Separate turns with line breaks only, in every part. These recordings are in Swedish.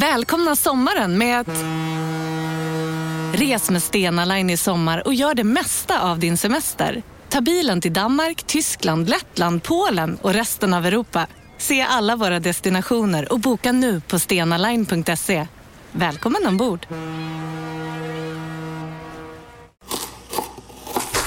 Välkomna sommaren med att... Res med Stena Line i sommar och gör det mesta av din semester. Ta bilen till Danmark, Tyskland, Lettland, Polen och resten av Europa. Se alla våra destinationer och boka nu på stenaline.se. Välkommen ombord!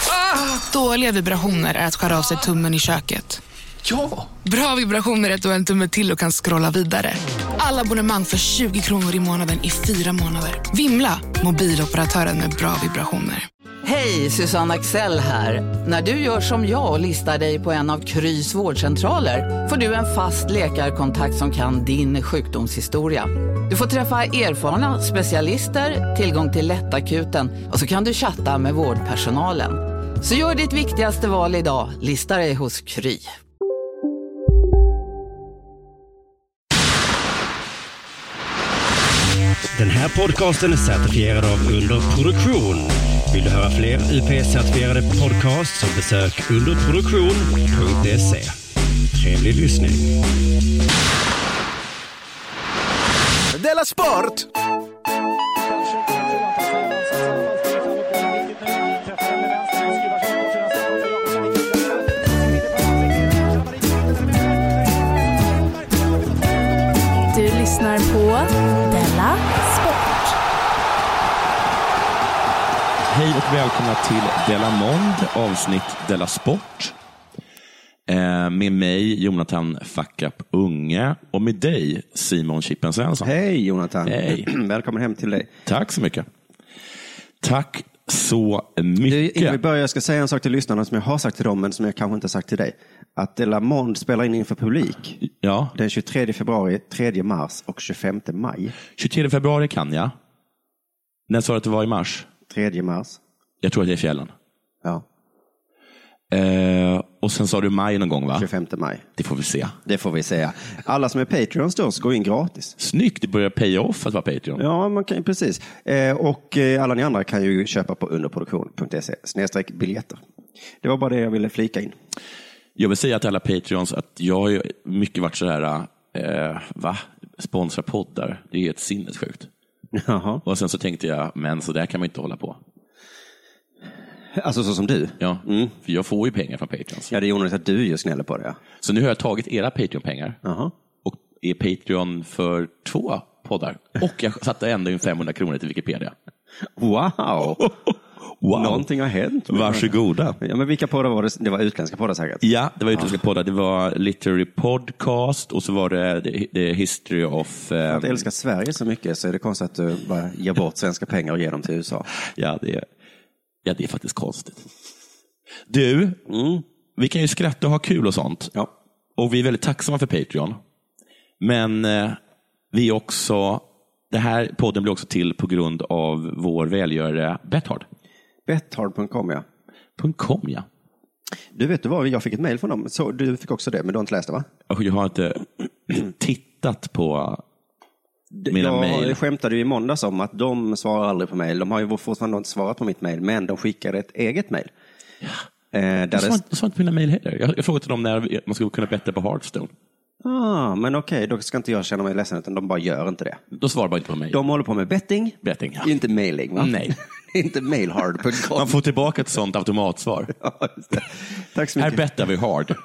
Ah! Dåliga vibrationer är att skära av sig tummen i köket.
Ja!
Bra vibrationer är att du har en tumme till och kan scrolla vidare. Alla abonnemang för 20 kronor i månaden i fyra månader. Vimla! Mobiloperatören med bra vibrationer.
Hej, Susanne Axel här. När du gör som jag och listar dig på en av Krys vårdcentraler får du en fast läkarkontakt som kan din sjukdomshistoria. Du får träffa erfarna specialister, tillgång till lättakuten och så kan du chatta med vårdpersonalen. Så gör ditt viktigaste val idag, listar dig hos Kry.
Den här podcasten är certifierad av Underproduktion. Vill du höra fler UP-certifierade podcasts så besök underproduktion.se. E. Trevlig lyssning.
Della Sport!
Du lyssnar på Della Sport.
Hej och välkomna till Della Mond, avsnitt Della Sport. Eh, med mig, Jonathan Fuckup Unge, och med dig, Simon Chippen Svensson.
Hej Jonathan.
Hej.
Välkommen hem till dig.
Tack så mycket. Tack så
Du, innan vi
mycket.
börjar, jag ska säga en sak till lyssnarna som jag har sagt till dem, men som jag kanske inte har sagt till dig. Att Delamond spelar in inför publik
Ja,
den 23 februari, 3 mars och 25 maj.
23 februari kan jag. När sa du att det var i mars?
3 mars.
Jag tror att jag är i fjällen.
Ja,
Eh, och sen sa du maj någon gång, va?
25 maj.
Det får vi se.
Det får vi säga. Alla som är Patreons då, så gå in gratis.
Snyggt, det börjar pay off att vara Patreon.
Ja, man kan, ju- precis. Eh, och eh, alla ni andra kan ju köpa på underproduktion.se E snedstreck biljetter. Det var bara det jag ville flika in.
Jag vill säga till alla Patreons att jag har ju mycket varit så här, eh, va? Sponsra poddar, det är helt sinnessjukt.
Jaha.
Och sen så tänkte jag, men så där kan man inte hålla på.
Alltså så som du. Mm.
Ja, För jag får ju pengar från Patreons.
Ja, det är onödigt att du just gnäller på det.
Så nu har jag tagit era Patreon-pengar
Ja. Jaha.
och är Patreon för två poddar. Och jag satte ändå in 500 kronor till Wikipedia.
Wow!
Wow.
Någonting har hänt.
Varsågoda.
Ja, men vilka poddar var det? Det var utländska poddar säkert.
Ja, det var utländska poddar. Det var Literary Podcast och så var det The- The History of... eh,
Att älska Sverige så mycket så är det konstigt att du bara ger bort svenska pengar och ger dem till USA.
Ja, det är, ja, det är faktiskt konstigt. Du, vi kan ju skratta och ha kul och sånt.
Ja.
Och vi är väldigt tacksamma för Patreon. Men eh, vi är också, det här podden blir också till på grund av vår välgörare Bethard.com.
Betthard.com ja.
Ja.
Du vet du vad, jag fick ett mejl från dem. Så du fick också det, men du har inte läst det va?
Och Jag har inte tittat på mina
jag
mejl.
skämtade ju i måndags om att de svarar aldrig på mejl. De har ju fortfarande inte svarat på mitt mejl, men de skickade ett eget mejl. Eh, där
De svarar
det...
inte- de svarar inte på mina mejl heller. Jag, jag frågade dem när man skulle kunna bättra på Hearthstone.
ah, men okej, då ska inte jag känna mig ledsen, utan de bara gör inte det.
De svarar bara inte på mejl.
De håller på med betting.
Betting, ja.
Inte mailing, va?
Nej.
inte mailhard.com.
Man får tillbaka ett sånt automatsvar.
Ja, just det. Tack så
Här
mycket.
bettar vi hard.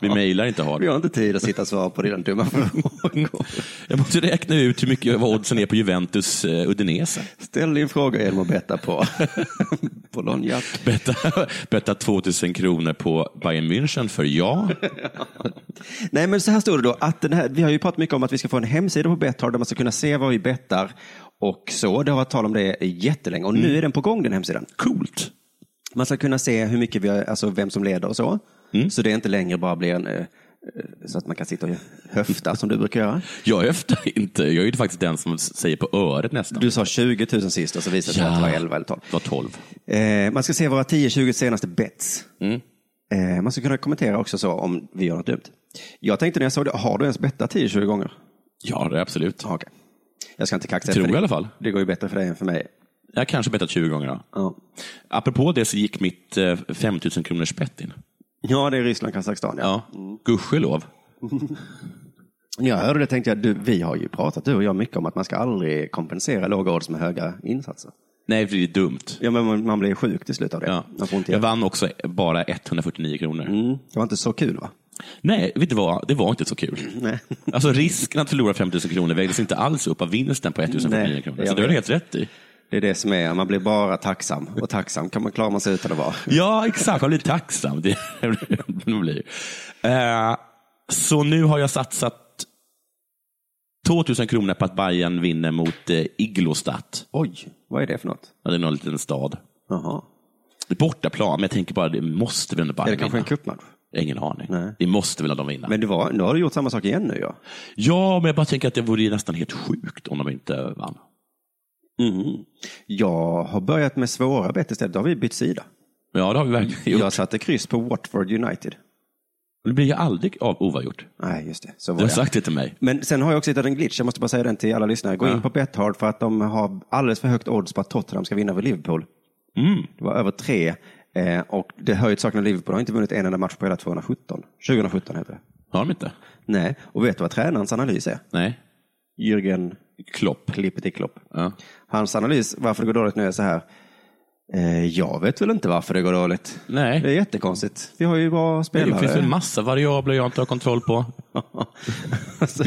Vi mejlar inte hard.
Vi har inte tid att sitta och svara på dina dumma frågor.
Jag måste räkna ut hur mycket vad oddsen är på Juventus eh, Udinese.
Ställ din fråga genom att betta på Bologna.
Betta, betta 2000 kronor på Bayern München för ja.
Nej, men så här står det då. Att den här, vi har ju pratat mycket om att vi ska få en hemsida på Betthard där man ska kunna se vad vi bettar och så. Det har varit tal om det jättelänge och nu är den på gång, den hemsidan.
Coolt.
Man ska kunna se hur mycket vi har, alltså vem som leder och så. Så det inte längre bara blir en eh, eh, så att man kan sitta och höfta som du brukar göra.
Jag höftar inte. Jag är ju faktiskt den som säger på öret nästan.
Du sa 20 000 sist och så visade det sig att det var 11 eller 12.
Det var 12.
Eh, man ska se våra 10-20 senaste bets.
Mm.
Eh, man ska kunna kommentera också så om vi gör något dumt. Jag tänkte när jag såg det, har du ens bettat 10-20 gånger?
Ja, det är absolut.
Ah, okej. Jag ska inte kaxa.
Tror
för
i
det-
alla fall.
Det går ju bättre för dig än för mig.
Jag har kanske bettat 20 gånger. Då.
Ja,
Apropå det så gick mitt eh, 5000 kronors bett in.
ja det är Ryssland, Kazakstan. Ja.
Ja, gudskelov.
Mm. När jag hörde det tänkte jag, du, vi har ju pratat du och jag mycket om att man ska aldrig kompensera låga odds med höga insatser.
Nej, det är dumt.
Ja, men man, man blir sjuk till slut av det.
Ja.
Man får inte
Jag
jag,
vann också bara 149 kronor.
mm. det var inte så kul va?
Nej, vet du vad? det var inte så kul.
Nej.
Alltså risken att förlora 5 000 kronor vägdes inte alls upp av vinsten på 1049
Nej,
kronor.
jag
Så det har du
vet.
helt rätt i.
Det är det som är, man blir bara tacksam. Och tacksam kan man klara man sig utan att vara.
Ja, exakt. Jag blir tacksam. Det det blir. Eh, så nu har jag satsat 2000 kronor på att Bayern vinner mot eh, Iglostat.
Oj, vad är det för något?
Ja, Det är någon liten stad.
Jaha.
Det är bortaplan, men jag tänker bara, det måste väl Bayern
Är det kanske en
vinna?
cupmatch?
Jag har Ingen aning.
Nej.
Det måste väl de vinna.
Men det var, nu har du gjort samma sak igen nu ja.
Ja, men jag bara tänker att det vore ju nästan helt sjukt om de inte vann.
Mhm. Jag har börjat med svåra bett istället. Då har vi bytt sida.
Ja, det har vi verkligen gjort.
Jag satte kryss på Watford United.
Det blir ju aldrig av oavgjort.
Nej, just det. Så
Du
var
har
det.
sagt det till mig.
Men sen har jag också hittat en glitch. Jag måste bara säga den till alla lyssnare. Gå in på Bethard för att de har alldeles för högt odds på att Tottenham ska vinna över Liverpool.
Mm.
Det var över tre. Eh, och det hör ju till saken att Liverpool har inte vunnit en enda match på hela 2017. 2017 heter det.
Har de inte?
Nej, och vet du vad tränarens analys är?
Nej.
Jürgen
Klopp.
Klippeti Klopp.
Ja.
Hans analys varför det går dåligt nu är så här. Eh, jag vet väl inte varför det går dåligt.
Nej.
Det är jättekonstigt. Vi har ju bra
Det
spelare.
finns en massa variabler jag inte har kontroll på.
alltså,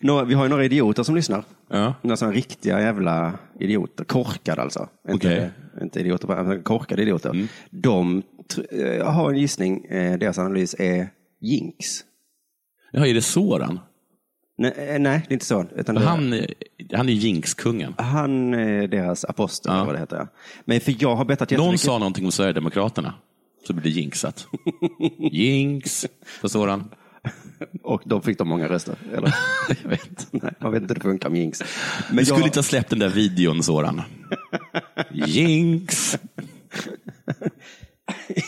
några, vi har ju några idioter som lyssnar.
Ja.
Några sådana riktiga jävla idioter. Korkade alltså. Inte,
Okej. Mm.
inte idioter, bara- men alltså, korkade idioter. De tr- eh, har en gissning. Eh, deras analys är jinx.
Ja, är det Soran?
Nej, eh, nej det är inte så. Utan det,
Han, eh, han är jinxkungen.
han är deras apostel, eller vad det heter. Ja. Men för jag har bettat
Någon
jättemycket.
sa någonting om Sverigedemokraterna, så blev det jinxat. Jinx på Soran.
Och då fick de många röster. Eller? jag vet. Nej, man vet inte hur det funkar med jinx. Men
Du skulle
jag-
inte ha släppt den där videon, Soran. Jinx.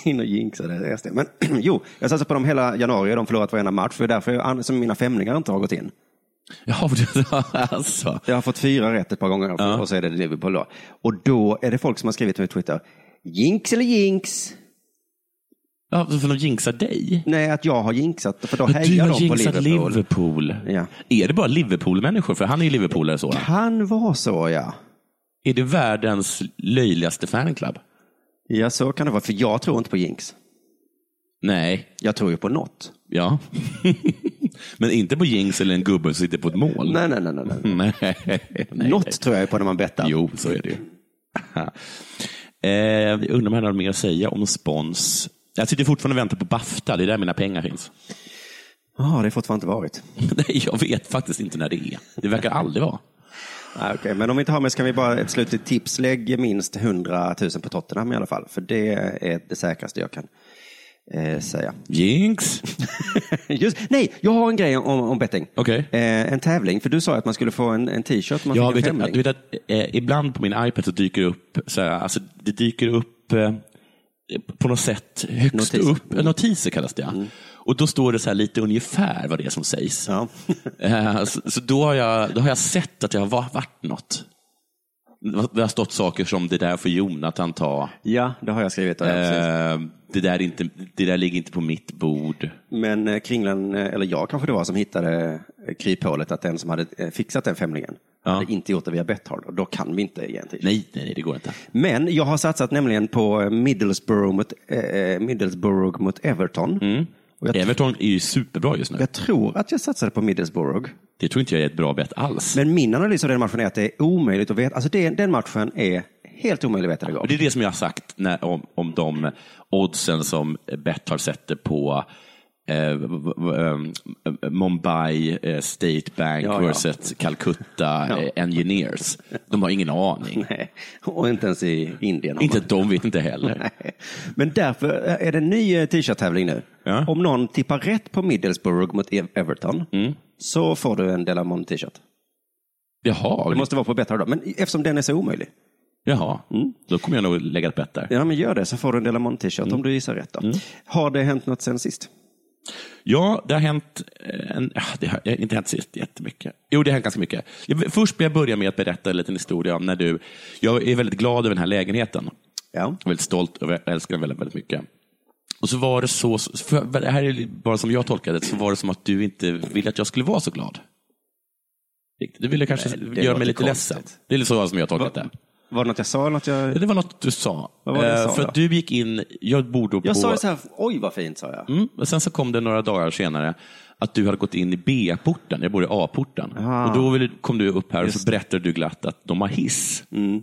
in och jinxade SD. Men jo, jag satsade på dem hela januari och de förlorat varenda match. För det är därför jag, som mina femlingar inte har gått in.
Ja, alltså.
Jag har fått fyra rätt ett par gånger och så är det Liverpool då. Och då är det folk som har skrivit på Twitter, jinx eller jinx?
Ja, för de jinxar dig.
Nej, att jag har jinxat, för då
Men Du
hejar
har
de på
jinxat
Liverpool.
Liverpool.
Ja.
Är det bara Liverpool-människor? För han är ju Liverpoolare, Soran.
Kan vara så, ja.
Är det världens löjligaste fanclub?
Ja, så kan det vara. För jag tror inte på jinx.
Nej,
Jag tror ju på något.
ja. Men inte på jinx eller en gubbe som sitter på ett mål.
Nej, nej, nej. nej, nej.
Nej. Nej.
Mm. något tror jag ju på när man bettar.
Jo, så är det ju. eh, jag undrar om jag har mer att säga om spons. Jag sitter fortfarande och väntar på Bafta, det är där mina pengar finns.
Ja, det har fortfarande inte varit.
Nej, jag vet faktiskt inte när det är. Det verkar aldrig vara.
Ah, okej. Men om vi inte har med så kan vi bara ett slutligt tips. Lägg minst 100 000 på Tottenham i alla fall. För det är det säkraste jag kan eh, säga.
Jinx.
Just, nej, jag har en grej om, om betting.
Okej.
Eh, en tävling. För du sa att man skulle få en, en t-shirt om man
Jag
fick
vet
en
att, du
femling.
vet att eh, ibland på min iPad så dyker det upp, så här, alltså, det dyker upp eh, på något sätt högst
Notiser. Mm.
upp, eh, notiser kallas det ja. Och då står det så här lite ungefär vad det är som sägs.
Ja.
Eh, så så då, har jag, då har jag sett att jag har va- varit något. Det har stått saker som det där får Jonathan ta.
Ja, det har jag skrivit. där, precis.
Eh, det, där är inte, det där ligger inte på mitt bord.
Men eh, Kringlan, eh, eller jag kanske det var, som hittade eh, kryphålet att den som hade eh, fixat den femlingen
Ja.
hade inte gjort det via Betthard. Och då kan vi inte ge en t-shirt.
Nej, nej, nej, det går inte.
Men jag har satsat nämligen på eh, Middlesbrough mot, eh, eh, Middlesbrough mot Everton. Och jag,
Mm. Everton är ju superbra just nu.
jag tror att jag satsade på Middlesbrough.
Det tror inte jag är ett bra bett alls.
Men min analys av den matchen är att det är omöjligt att veta. Alltså det, den matchen är helt omöjlig att veta hur det
Och
går.
det är det som jag har sagt när, om, om de oddsen som Bett har sätter på eh, v- v- ehm, Mumbai eh, State Bank
Ja, ja.
versus Calcutta eh, Engineers. De har ingen aning.
Nej, och inte ens i Indien. har
Inte
man.
de vet inte heller.
Nej. Men därför är det en ny eh, t-shirt-tävling nu.
Ja.
Om någon tippar rätt på Middlesbrough mot Ev- Everton
Mm.
så får du en Delamon t-shirt.
Jaha,
Det måste vara på bättre då. Men eftersom den är så omöjlig.
jaha.
Mm.
då kommer jag nog lägga ett bett där.
Ja, men gör det så får du en Delamon t-shirt
Mm.
om du gissar rätt. Då. Har det hänt något sen sist?
Ja, det har hänt, eh, en, ah, det har inte hänt så jättemycket. Jo, det har hänt ganska mycket. Jag- Först vill jag börja med att berätta en liten historia om när du, jag är väldigt glad över den här lägenheten.
Ja.
Jag är väldigt stolt över, jag älskar den väldigt, väldigt mycket. Och så var det så, för det här är bara som jag tolkade det, så var det som att du inte ville att jag skulle vara så glad. Du ville kanske
Nej, det
göra
låter
mig lite
konstigt.
ledsen. Det är så som jag tolkat det.
Var det något jag sa eller något jag...
Ja, Det var något du sa.
Vad var det jag
Eh,
sa
för
då?
att du gick in, jag bor då på...
Jag sa ju så här, oj vad fint sa jag.
Mm, och sen så kom det några dagar senare att du hade gått in i B-porten, jag bor i A-porten.
Ah.
Och då ville- kom du upp här och så berättade du glatt att de har hiss.
Mm.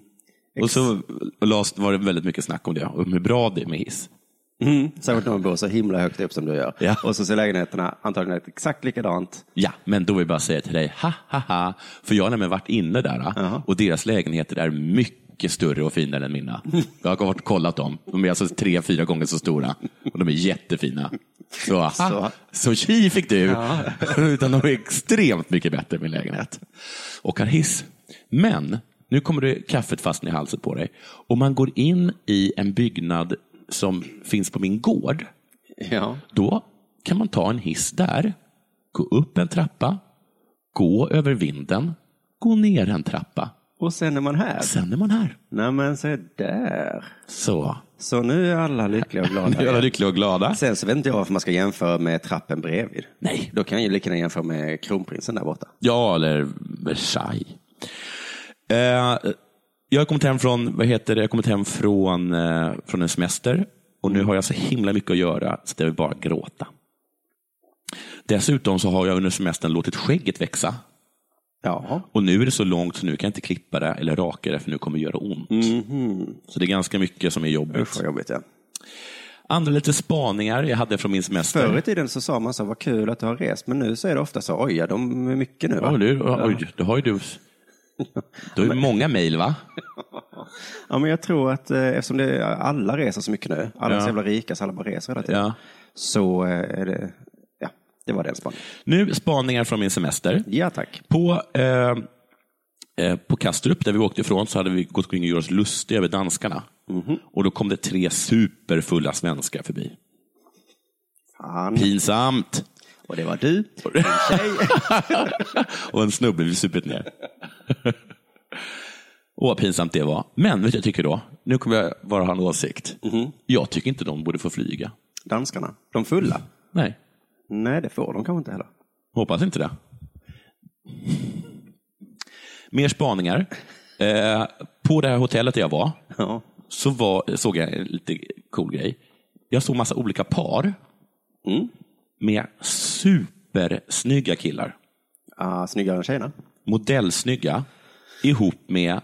Och så last var det väldigt mycket snack om det, om hur bra det är med hiss.
Mm. Särskilt när man bor så himla högt upp som du gör.
Ja.
Och så ser lägenheterna antagligen ut exakt likadant.
Ja, men då vill jag bara säga till dig, ha ha ha, för jag har nämligen varit inne där
Jaha.
och deras lägenheter är mycket större och finare än mina. Jag har varit och kollat dem, de är alltså tre, fyra gånger så stora och de är jättefina. Så, ha, så.
Så.
tji fick du, utan de är extremt mycket bättre min lägenhet. Och har hiss. Men, nu kommer det kaffet fastna i halsen på dig. Om man går in i en byggnad som finns på min gård,
Ja.
då kan man ta en hiss där, gå upp en trappa, gå över vinden, gå ner en trappa.
Och sen är man här.
Sen är man här.
Nej men se där.
Så.
Så nu är alla lyckliga och glada.
Nu är alla lyckliga och glada.
Sen så vet inte jag varför man ska jämföra med trappen bredvid.
Nej.
Då kan jag ju lika gärna jämföra med kronprinsen där borta.
Ja, eller Versailles. Eh, jag har kommit hem från, vad heter det? Jag har kommit hem från, eh, från en semester och nu har jag så himla mycket att göra så att jag vill bara gråta. Dessutom så har jag under semestern låtit skägget växa.
Jaha.
Och nu är det så långt så nu kan jag inte klippa det eller raka det för nu kommer det göra ont.
Mhm.
Så det är ganska mycket som är jobbigt.
Usch vad jobbigt ja.
Andra lite spaningar jag hade från min semester.
Förr i tiden så sa man så, vad kul att du har rest. Men nu så är det ofta så, oj ja, de är mycket nu. Va?
Oj, du, oj, då har ju du... Du har ju många mejl va?
Ja, men jag tror att eh, eftersom det är, alla reser så mycket nu, alla är
Ja.
så jävla rika så alla bara reser hela tiden.
Ja.
Så eh, är det, ja, det var den spaningen.
Nu spaningar från min semester.
Ja tack.
På, eh, eh, på Kastrup, där vi åkte ifrån, så hade vi gått kring och gjort oss lustiga över danskarna.
Mhm.
Och då kom det tre superfulla svenskar förbi.
Fan.
Pinsamt!
Och det var du.
och en snubbe vid supit ner. Åh, vad pinsamt det var. Men vet du vad jag tycker då? Nu kommer jag bara ha en åsikt. Jag tycker inte de borde få flyga.
Mhm. Danskarna, de fulla.
Nej,
Nej, det får de kanske inte heller.
hoppas inte det. Mer spaningar. Eh, på det här hotellet där jag var
Ja.
så var, såg jag en lite cool grej. Jag såg massa olika par Mm. med supersnygga killar.
Ah, snyggare än tjejerna.
modellsnygga ihop med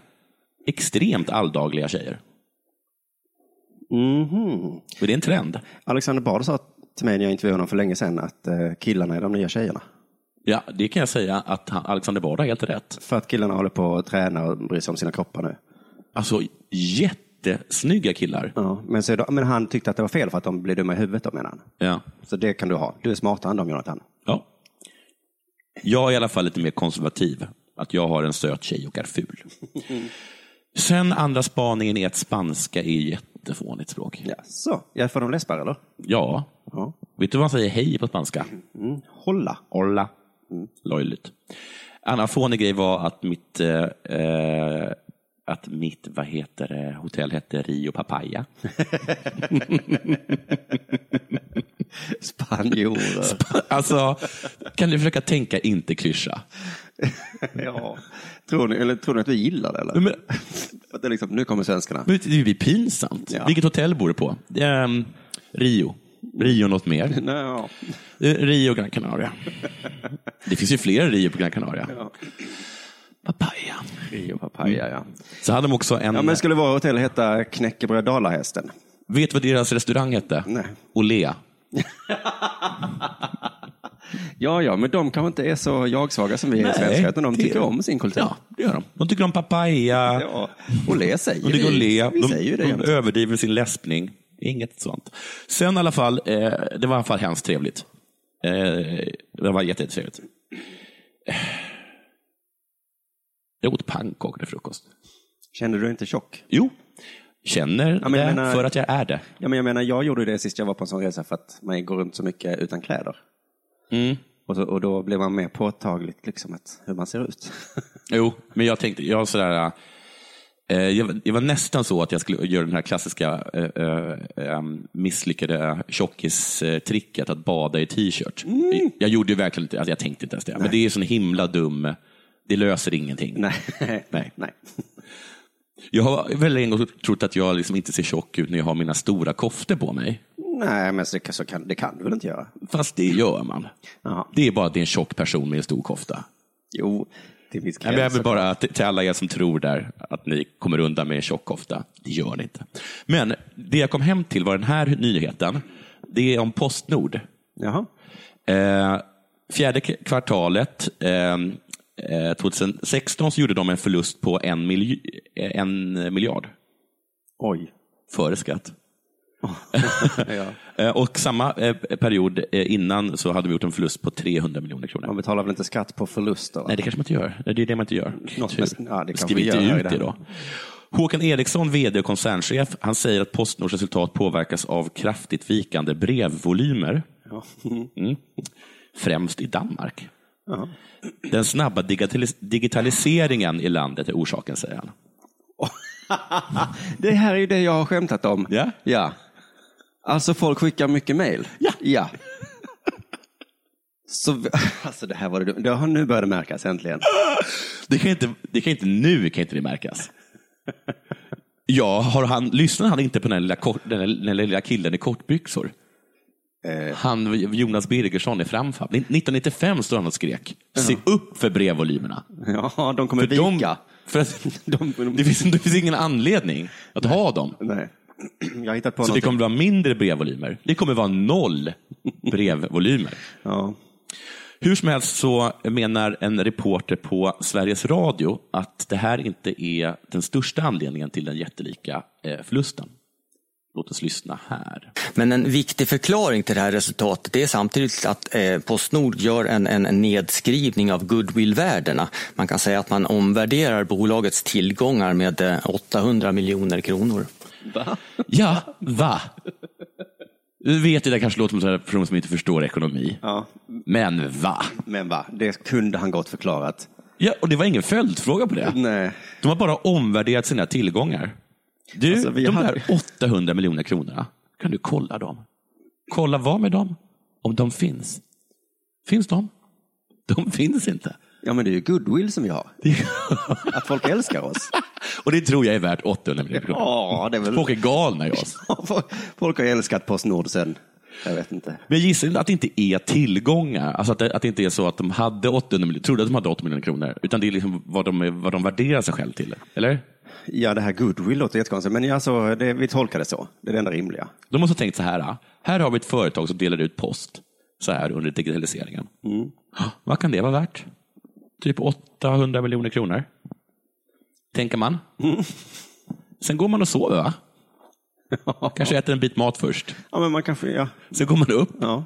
extremt alldagliga tjejer.
Mhm.
Och det är en trend.
Alexander Bard sa till mig när jag intervjuade honom för länge sedan att eh, killarna är de nya tjejerna.
Ja, det kan jag säga att han, Alexander Bard har helt rätt.
För att killarna håller på att träna och bryr sig om sina kroppar nu.
Alltså jättesnygga killar.
Ja, men, så är det, men han tyckte att det var fel för att de blir dumma i huvudet, då, menar han.
Ja.
Så det kan du ha. Du är smartare än dem, Jonathan.
ja. Jag är i alla fall lite mer konservativ. Att jag har en söt tjej och är ful. Sen andra spaningen är att spanska är jättefånigt språk.
Ja, så. Jag är för de läspar, eller?
Ja.
Ja.
Vet du vad man säger hej på spanska?
Hålla.
Olla. Löjligt. Annan fånig grej var att mitt, eh, eh, att mitt vad heter det, hotell hette Rio Papaya.
Spanjorer.
alltså, kan du försöka tänka inte klyscha?
ja. tror, ni, eller, tror ni att vi gillar det, eller?
Men,
Att det är liksom, nu kommer svenskarna.
men det är ju pinsamt.
Ja.
Vilket hotell bor du på? Ehm, Rio. Rio något mer.
Nej, ja.
Eh, Rio Gran Canaria. Det finns ju flera Rio på Gran Canaria. Papaya.
Rio Papaya, ja.
Så hade de också en...
Ja, men skulle våra hotell heta Knäckebröd Dalahästen?
Vet du vad deras restaurang hette?
Nej.
Olea.
Ja, ja, men de kanske inte är så jagsvaga som vi är svenskar, utan de
det
tycker
är-
om sin kultur.
Ja, det gör de. De tycker om papaya.
Ja, och le säger
De tycker om le.
Vi
De,
säger ju det.
de
jämt.
överdriver sin läspning. Inget sånt. Sen i alla fall, eh, det var i alla fall hemskt trevligt. Eh, det var jätte- jättetrevligt. Eh, Jag åt pannkakor till frukost.
Känner du dig inte tjock?
Jo, känner
men jag
det
menar-
för att jag är det.
Ja, men jag menar, jag gjorde det sist jag var på en sån resa för att man går runt så mycket utan kläder. Och, så, och då blir man mer påtagligt liksom att, hur man ser ut.
Jo, men jag tänkte, jag sådär, Eh, Jag, var- jag var nästan så att jag skulle göra den här klassiska eh, eh, eh, misslyckade tjockis-tricket att bada i t-shirt. Jag, jag gjorde ju verkligen inte, alltså jag tänkte inte ens det. Men det är sån himla dum, det löser ingenting.
Nej.
Nej.
Nej.
Jag har väl en gång trott att jag liksom inte ser tjock ut när jag har mina stora koftor på mig.
Nej, men så, så kan, det kan du väl inte göra?
Fast det gör man.
Jaha.
Det är bara att det är en tjock person med en stor kofta.
Jo, det finns
Jag
gränser.
behöver bara till till alla er som tror där att ni kommer undan med en tjock kofta. Det gör ni inte. Men det jag kom hem till var den här nyheten. Det är om Postnord.
Jaha.
Eh, fjärde k- kvartalet eh, eh, 2016 så gjorde de en förlust på en, milj- eh, en miljard
Oj.
före skatt.
Ja.
Eh, och samma eh, period eh, innan så hade vi gjort en förlust på 300 miljoner kronor.
Man betalar väl inte skatt på förluster? va?
Nej, det kanske man inte gör. Nej, Det är det man inte gör.
Något
Tur.
med- ja, det kanske
Skriv
vi
inte
gör i
ut det
den.
då. Håkan Eriksson, vd och koncernchef, han säger att Postnords resultat påverkas av kraftigt vikande brevvolymer, Mm.
Ja.
främst i Danmark.
Ja.
Den snabba digitalis- digitaliseringen i landet är orsaken, säger han.
Det här är ju det jag har skämtat om.
Ja.
ja. Alltså folk skickar mycket mejl.
Ja.
ja. Så, vi- alltså det här var det dumt. Det har nu börjat märkas äntligen.
Det kan inte, det kan inte nu kan inte det märkas. Ja, har han, lyssnar han inte på den här lilla, kort, den här, den här lilla killen i kortbyxor?
Eh.
Han, Jonas Birgersson i Framfab. 1995 står han och skrek. Se upp för brevvolymerna.
Ja, de kommer
För de-
vika.
för att,
De- de-
det, finns, det finns ingen anledning att ha dem.
Nej. Jag har hittat på
Så det
något.
kommer vara mindre brevvolymer. Det kommer vara noll brevvolymer.
Ja.
Hur som helst så menar en reporter på Sveriges Radio att det här inte är den största anledningen till den jättelika eh, förlusten. Låt oss lyssna här.
Men en viktig förklaring till det här resultatet det är samtidigt att eh, Postnord gör en, en en nedskrivning av goodwill-värdena. Man kan säga att man omvärderar bolagets tillgångar med eh, 800 miljoner kronor.
Ja, va? Du vet, det där kanske låter som en sån här person som inte förstår ekonomi.
ja.
Men va?
Men va, det kunde han gott förklarat.
Ja, och det var ingen följdfråga på det.
Nej.
De har bara omvärderat sina tillgångar. Du,
Alltså, vi
de
hade-
där 800 miljoner kronorna, kan du kolla dem? Kolla vad med dem? Om de finns. Finns de? De finns inte.
Ja, men det är ju goodwill som vi har. Att folk älskar oss.
Och det tror jag är värt 800 miljoner kronor.
Ja, det är väl...
Folk är galna i oss.
Folk- Folk har älskat Postnord sen. Jag vet inte.
Men jag gissar att det inte är tillgångar. Alltså att det, att det inte är så att de hade 800 miljoner, trodde att de hade 800 miljoner kronor. Utan det är liksom vad de, är- vad de värderar sig själv till. Eller?
Ja, det här goodwill låter jättekonstigt, men alltså, det, vi tolkar det så. Det är det enda rimliga.
De måste ha tänkt så här. ah, Här har vi ett företag som delar ut post så här under digitaliseringen. Ah, Vad kan det vara värt? Typ 800 miljoner kronor. Tänker man. Sen går man och sover, va? Kanske äter en bit mat först.
Ja, men man kanske, ja.
Sen går man upp
ja.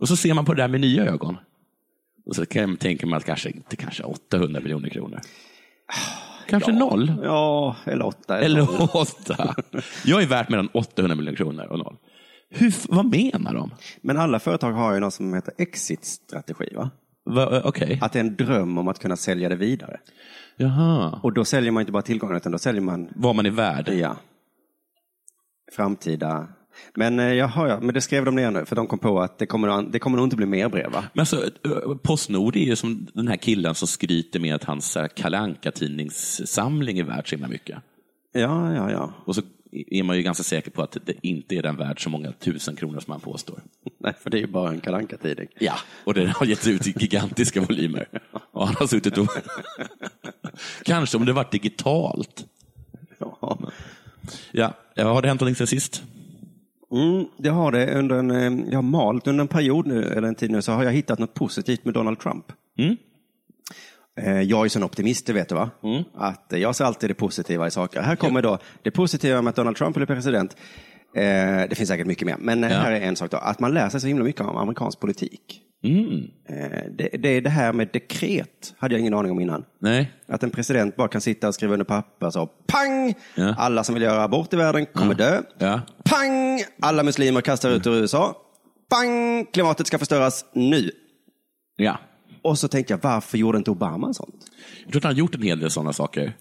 och så ser man på det där med nya ögon. Och så kan, tänker man att kanske, det kanske är 800 miljoner kronor. Kanske noll.
Ja, eller åtta.
Eller åtta. Jag är värt mellan 800 miljoner kronor och noll. Hur, f- vad menar de?
Men alla företag har ju något som heter exit-strategi, va?
Va, eh, Okej.
Att det är en dröm om att kunna sälja det vidare.
Jaha.
Och då säljer man inte bara tillgångar, utan då säljer man
Vad man är värd.
ja, framtida... Men, eh, jaha, ja, men det skrev de ner nu, för de kom på att det kommer, nog- det kommer nog inte bli mer brev, va?
Men alltså, eh, Postnord är ju som den här killen som skryter med att hans så här Kalle Anka tidningssamling är värd så himla mycket.
Ja, ja, ja.
Och så är man ju ganska säker på att det inte är den värd så många tusen kronor som man påstår.
Nej, för det är ju bara en kalanka tidning
Ja, och den har getts ut i gigantiska volymer. Och han har suttit och... Kanske om det varit digitalt.
Ja.
Ja, ja, har det hänt någonting sen sist?
Mm, det har det. Under en, eh, jag har malt under en period nu, eller en tid nu, så har jag hittat något positivt med Donald Trump.
Mm.
Eh, Jag är ju sån optimist, det vet du va? Att eh, jag ser alltid det positiva i saker. Här kommer då det positiva med att Donald Trump blir president. Eh, Det finns säkert mycket mer, men eh,
Ja.
här är en sak då. Att man lär sig så himla mycket om amerikansk politik.
Mm.
Eh, Det, det är det här med dekret, hade jag ingen aning om innan.
Nej.
Att en president bara kan sitta och skriva under papper så pang!
Ja.
Alla som vill göra abort i världen kommer dö.
Ja.
Pang! Alla muslimer kastar ut ur USA. Pang! Klimatet ska förstöras nu.
Ja.
Och så tänkte jag, varför gjorde inte Obama sånt?
Jag tror att han har gjort en hel del sådana saker.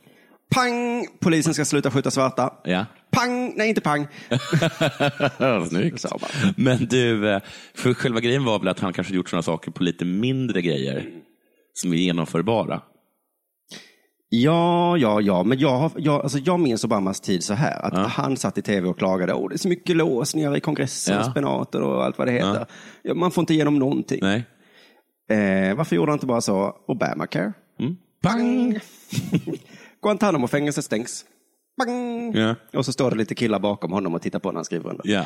Pang! Polisen ska sluta skjuta svarta.
Ja.
Pang! Nej, inte pang.
Snyggt.
Så bara.
Men du, eh, för själva grejen var väl att han kanske gjort sådana saker på lite mindre grejer som är genomförbara.
Ja, ja, ja, men jag, har- jag, alltså jag minns Obamas tid så här. Att Han satt i tv och klagade. Åh, det är så mycket låsningar i kongressen,
Ja.
spenater och allt vad det heter. Ja, Man får inte igenom någonting.
Nej.
Eh, varför gjorde han inte bara så? Obamacare.
Mm.
Pang! Guantanamo-fängelset stängs. Pang!
Ja.
Och så står det lite killar bakom honom och tittar på när han skriver under.
Ja.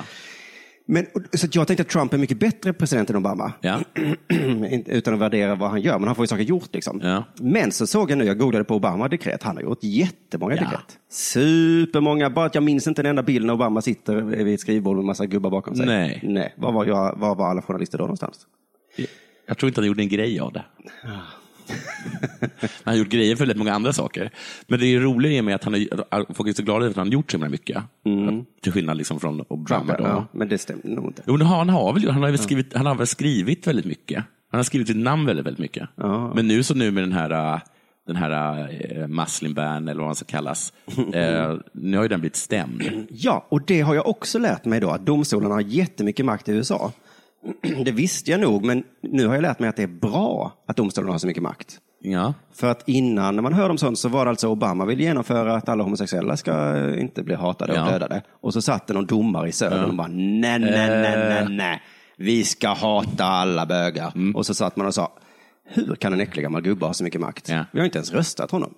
Men, så att jag tänkte att Trump är mycket bättre president än Obama.
Ja.
Inte- utan att värdera vad han gör, men han får ju saker gjort. Liksom.
Ja.
Men så såg jag nu, jag googlade på Obama-dekret, han har gjort jättemånga
Ja.
dekret. Supermånga, bara att jag minns inte en enda bild när Obama sitter vid ett skrivbord med en massa gubbar bakom sig.
Nej.
Nej. Var, var, jag, var var alla journalister då någonstans?
Jag tror inte han gjorde en grej av det. han har gjort grejer för väldigt många andra saker. Men det är roliga är med att han är, folk är så glada över att han har gjort så himla mycket. Att- Till skillnad liksom från Obama. Då.
Mm. Ja, men det stämde nog inte.
Jo, men han har väl, han har väl, skrivit, han har väl skrivit väldigt mycket. Han har skrivit sitt namn väldigt, väldigt mycket. Men nu så nu med den här, äh, den här äh, Muslim ban, eller vad han ska kallas. eh, nu har ju den blivit stämd.
Ja, och det har jag också lärt mig då, att domstolarna har jättemycket makt i USA. Det visste jag nog, men nu har jag lärt mig att det är bra att domstolarna har så mycket makt.
Ja.
För att innan när man hörde om sånt så var det alltså Obama vill genomföra att alla homosexuella ska eh, inte bli hatade och
Ja.
dödade. Och så satt det någon domare i södern och bara nej, nej, nej,
Eh.
nej, nej. Vi ska hata alla bögar.
Mm.
Och så satt man och sa, hur kan en äcklig gammal gubbe ha så mycket makt?
Ja.
Vi har inte ens röstat honom.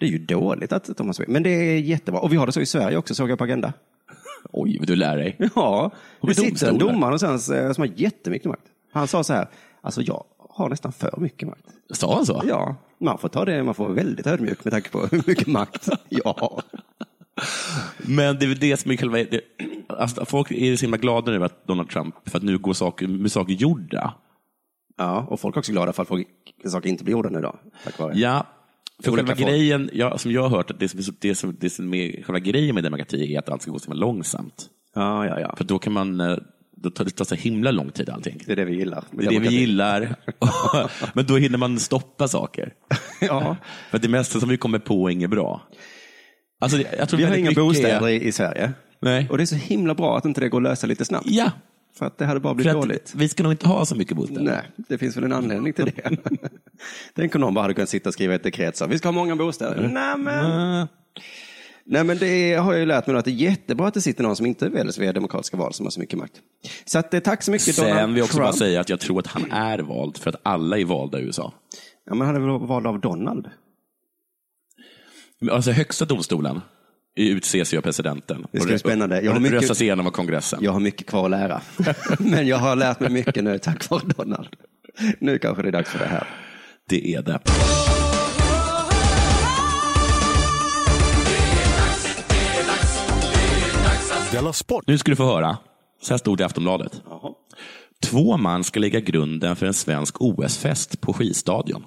Det är ju dåligt att de har så mycket. Men det är jättebra. Och vi har det så i Sverige också, såg jag på Agenda.
Oj, vad du lär dig.
Ja, det sitter en
domstolar.
domare någonstans eh, som har jättemycket makt. Han sa så här, alltså jag har nästan för mycket makt.
Sa han så?
Ja, man får ta det. Man får vara väldigt ödmjuk med tanke på hur mycket makt jag har.
Men det är väl det som är själva... Det, alltså, folk är så himla glada nu att Donald Trump, för att nu går saker, med saker gjorda.
Ja, och folk är också glada för att folk, saker inte blir gjorda nu då. Tack vare.
Ja, för
Olika
själva
folk.
grejen, ja, som jag har hört, att det som, är så- det som, det som är själva grejen med demokrati är att allt ska gå så himla långsamt.
ja, ja. ja.
För då kan man, eh, då tar det tar så himla lång tid allting.
Det är det vi gillar.
Det är det vi
Demokrati.
gillar. Men då hinner man stoppa saker.
Ja.
För att det mesta som vi kommer på är inget bra. Alltså, det- jag tror
Vi har
väldigt
inga
mycket är-
bostäder i, i Sverige.
Nej.
Och det är så himla bra att inte det går att lösa lite snabbt.
Ja,
För att det hade bara
för
blivit
att
dåligt.
vi ska nog inte ha så mycket bostäder.
Nej, det finns väl en anledning till det. Tänk om någon bara hade kunnat sitta och skriva ett dekret så. Vi ska ha många bostäder. Nej, men. Nej, men det har jag ju lärt mig nu att det är jättebra att det sitter någon som inte väljs via demokratiska val som har så mycket makt. Så att, eh, tack så mycket
Sen
Donald
vill jag också
Trump.
bara säga att jag tror att han är vald för att alla är valda i USA.
Ja, men han är väl vald av Donald?
Men Alltså högsta domstolen utses ju av presidenten.
Det ska bli spännande. Jag
Jag
har mycket-
röstas igenom av kongressen.
Jag har mycket kvar att lära. men jag har lärt mig mycket nu tack vare Donald. Nu kanske det är dags för det här.
Det är det.
Della Sport!
Nu ska du få höra. Så här stod det i Aftonbladet. Två man ska lägga grunden för en svensk OS-fest på skistadion.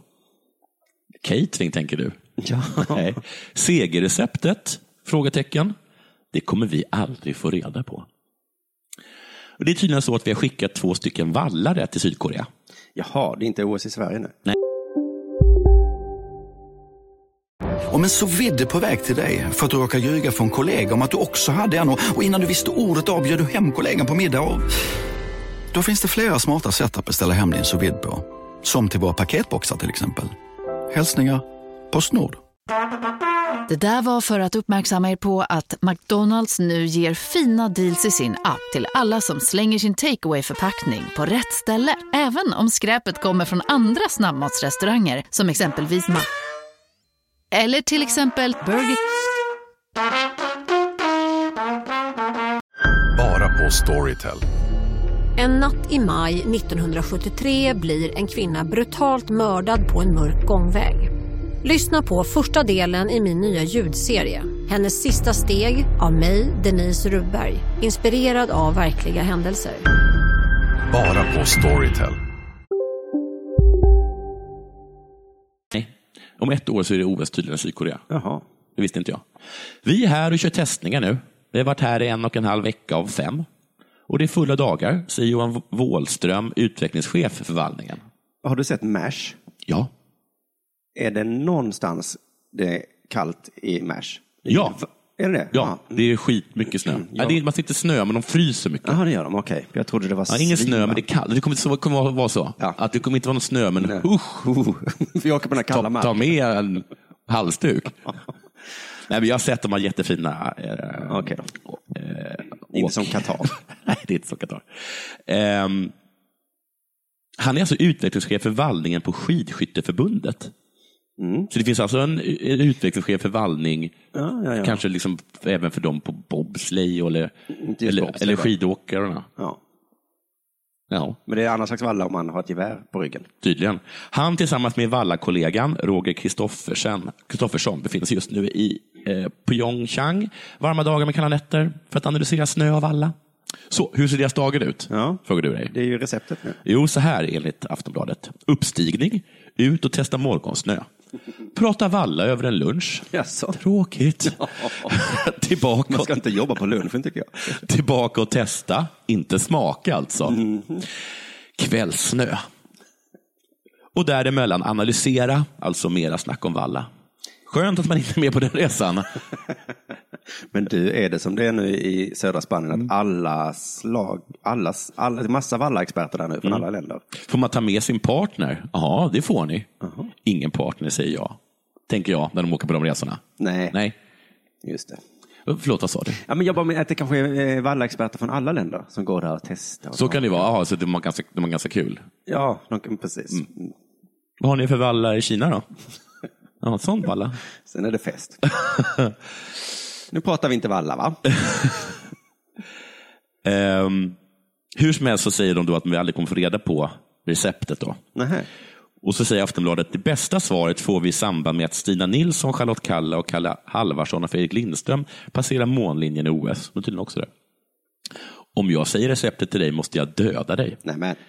Catering, tänker du?
Ja.
Nej. Segerreceptet? Frågetecken. Det kommer vi aldrig få reda på. Och det är tydligen så att vi har skickat två stycken vallare till Sydkorea.
Jaha, det är inte OS i Sverige nu.
Om en så vidde på väg till dig för att du råkar ljuga från kollega om att du också hade en och och innan du visste ordet av bjöd du hem kollegan på middag och... Då finns det flera smarta sätt att beställa hem din sous vide på. Som till våra paketboxar till exempel. Hälsningar Postnord.
Det där var för att uppmärksamma er på att McDonalds nu ger fina deals i sin app till alla som slänger sin takeaway förpackning på rätt ställe. Även om skräpet kommer från andra snabbmatsrestauranger som exempelvis Ma... Eller till exempel Burger...
Bara på Storytel.
En natt i maj 1973 blir en kvinna brutalt mördad på en mörk gångväg. Lyssna på första delen i min nya ljudserie. Hennes sista steg av mig, Denise Rubberg. Inspirerad av verkliga händelser.
Bara på Storytel.
Om ett år så är det OS tydligen i Sydkorea.
Jaha.
Det visste inte jag. Vi är här och kör testningar nu. Vi har varit här i en och en halv vecka av fem. Och det är fulla dagar, säger Johan Wåhlström, utvecklingschef för förvaltningen.
Har du sett MASH?
Ja.
Är det någonstans det kallt i MASH.
Ja.
Är det det?
Ja, det är skitmycket snö. Nej, det är, man sitter snö, men de fryser mycket.
Jaha, det gör de. Okej. Jag trodde det var
Ja, ingen
svin,
snö,
va?
men det är kallt. Det kommer, så, kommer vara- vara så. Att det kommer inte vara någon snö, men usch.
Vi åker på den här kalla
ta, ta med en halsduk. Nej, men jag har sett de har jättefina. Eh, inte
som Qatar.
Nej, det är inte som Qatar. Ehm, han är alltså utvecklingschef för vallningen på Skidskytteförbundet. Så det finns alltså en, en utvecklingschef för vallning,
Mm. Ja, ja, ja.
kanske liksom även för dem på bobsleigh eller,
Inte just
eller,
bobsleigh,
eller
va?
skidåkarna.
Ja.
Ja.
Men det är annan slags valla om man har ett gevär på ryggen.
Tydligen. Han tillsammans med vallakollegan Roger Kristoffersen- Kristoffersson befinner sig just nu i eh, Pyeongchang, varma dagar med kalla nätter, för att analysera snö och valla. Så, hur ser deras dagar ut? Frågar du dig.
Det är ju receptet nu.
Jo, så här enligt Aftonbladet. Uppstigning, ut och testa morgonsnö. Prata valla över en lunch. Tråkigt. Tillbaka. Man ska
inte jobba på lunchen tycker
jag. Tillbaka och testa, inte smaka alltså. Kvällssnö. Och däremellan analysera, alltså mera snack om valla. Skönt att man inte är med på den resan.
Men du, är det som det är nu i södra Spanien,
Mm.
att alla slag, alla, alla, det är massa vallaexperter där nu från
Mm.
alla länder.
Får man ta med sin partner? Ja, det får ni. Ingen partner säger jag, tänker jag när de åker på de resorna.
Nej.
Nej.
Just det.
Förlåt, vad sa du?
Ja, men jag bara menar att det kanske är eh, vallaexperter från alla länder som går där och testar. och
Så kan det vara. Ja, så det var ganska, det var ganska kul.
Ja, de kan, precis.
Mm. Vad har ni för valla i Kina då? Ja, en sån valla.
Sen är det fest. nu pratar vi inte valla, va?
Ehm, hur som helst så säger de då att vi aldrig kommer få reda på receptet. då.
Nähä.
Och så säger Aftonbladet det bästa svaret får vi i samband med att Stina Nilsson, Charlotte Kalla och Kalle Halvarsson och Fredrik Lindström passerar månlinjen i OS. De är tydligen också det. Om jag säger receptet till dig måste jag döda dig,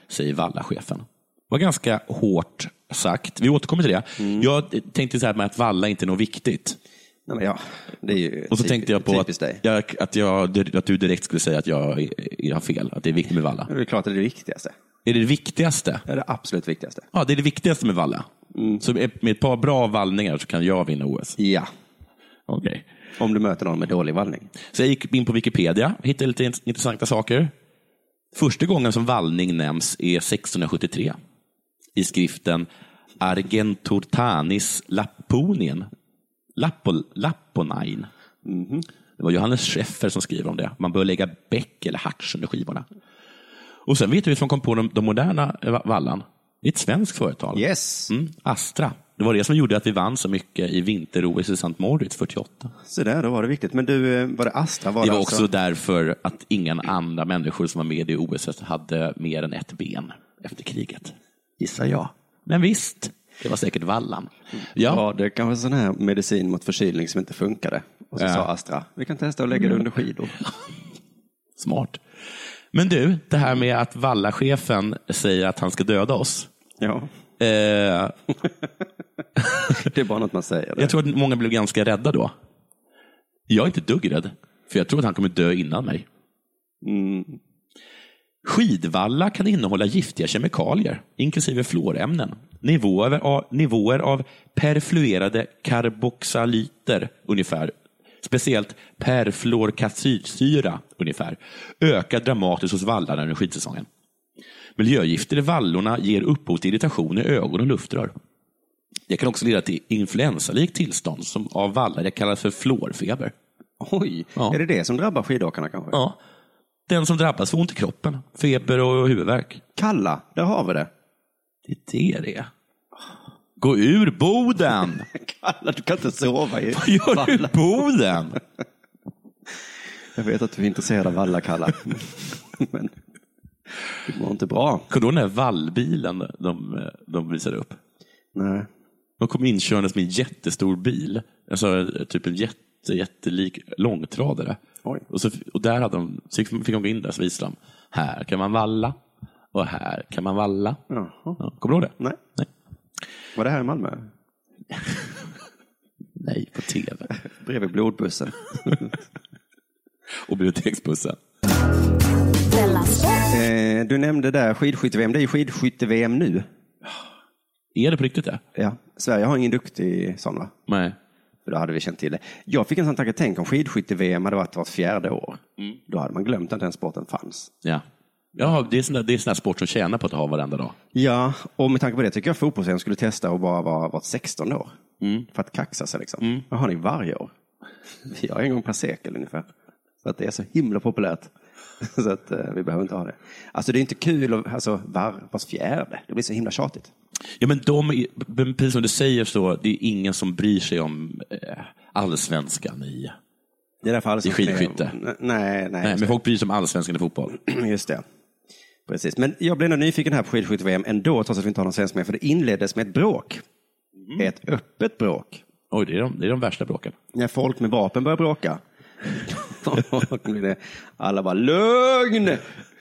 säger Valla-chefen. var ganska hårt sagt. Vi återkommer till det. Jag tänkte så här med att Valla inte är något viktigt.
Nej, men ja, det är ju
Och så
typ-
tänkte jag på
typiskt
att, jag, att, jag, att du direkt skulle säga att jag, jag har fel, att det är viktigt med valla.
dig. Det är klart att det är det viktigaste.
Är det det viktigaste?
Det är det absolut viktigaste.
Ja, det är det viktigaste med valla. Så med med ett par bra vallningar så kan jag vinna OS?
Ja.
Okej.
Om du möter någon med dålig vallning.
Så jag gick in på Wikipedia, hittade lite int- intressanta saker. Första gången som vallning nämns är 1673 i skriften Argenturtanis Lapponien. Lappo, Lapponain. Det var Johannes Scheffer som skrev om det. Man bör lägga bäck eller harts under skivorna. Och sen vet du vem som kom på de, de moderna eh, va- vallan? Det är ett svenskt företag.
Yes.
Mm, Astra. Det var det som gjorde att vi vann så mycket i vinter-OS i St. Moritz 48.
Så där, då var det viktigt. Men du, eh, var det Astra? Var
Det var
alltså-
också därför att ingen andra människor som var med i OS hade mer än ett ben efter kriget. Gissar jag. Men visst, det var säkert vallan. Ja.
det kanske var sån här medicin mot förkylning som inte funkade. Och så
Ja.
sa Astra, vi kan testa att lägga det under skidor.
Smart. Men du, det här med att vallachefen säger att han ska döda oss. eh,
Ja. det är bara något man säger.
Jag tror att många blev ganska rädda då. Jag är inte ett dugg rädd, för jag tror att han kommer dö innan mig. Skidvalla kan innehålla giftiga kemikalier, inklusive fluorämnen. Nivåer av, nivåer av perfluerade karboxalyter, ungefär. Speciellt perfluorkacylsyra, ungefär. Ökar dramatiskt hos vallarna under skidsäsongen. Miljögifter i vallorna ger upphov till irritation i ögon och luftrör. Det kan också leda till influensalikt tillstånd som av vallare kallas för flårfeber.
Oj, är det det som drabbar skidåkarna kanske?
Ja. Den som drabbas får ont i kroppen, feber och huvudvärk.
Kalla, där har vi det.
Det är det det är. Gå ur Boden!
Kalla, du kan inte sova i
Vad gör du i
valla.
Boden?
Jag vet att du är intresserad av alla Kalla. Men det mår inte bra.
Kommer du ihåg den där vallbilen de, de visade upp?
Nej.
De kom inkörandes med en jättestor bil. Alltså typ en jätte, jättelik långtradare. Och, så, och där hade de, så fick fick de gå in där så visade de. Här kan man valla och här kan man valla.
Jaha.
Ja, kommer du ihåg det?
Nej. Var det här i Malmö?
Nej, på tv.
Bredvid blodbussen.
och biblioteksbussen.
Della Sport.
Eh, du nämnde där skidskytte-VM. Det är ju skidskytte-VM nu.
Är det på riktigt det?
Ja. Sverige har ingen duktig sån va?
Nej.
För För då hade vi känt till det. Jag fick en sån tanke, tänk om skidskytte-VM hade varit vart fjärde år.
Mm.
Då hade man glömt att den sporten fanns.
Ja. Ja, det är sån där, det är sån där sport som tjänar på att ha varenda dag.
Ja, och med tanke på det tycker jag fotbolls skulle testa att bara vara vart 16 år.
Mm.
För att kaxa sig liksom. Vad har ni varje år? Jag är en gång per sekel ungefär. Så att det är så himla populärt. Så att eh, vi behöver inte ha det. Alltså det är inte kul att, alltså var, vars fjärde. Det blir så himla tjatigt.
Ja, men de, är- men precis som du säger så, det är ingen som bryr sig om eh, allsvenskan i,
Det är därför
i
allsvenskan
skidskytte.
är- Nej, nej.
men folk bryr sig om allsvenskan i fotboll.
Just det. Precis. Men jag blev nog nyfiken här på skidskytte-VM ändå, trots att vi inte har någon svensk med, för det inleddes med ett bråk.
Mm.
Ett öppet bråk.
Oj, det är de, det är de värsta bråken.
När folk med vapen börjar bråka. Och blir det- Alla bara, lugn!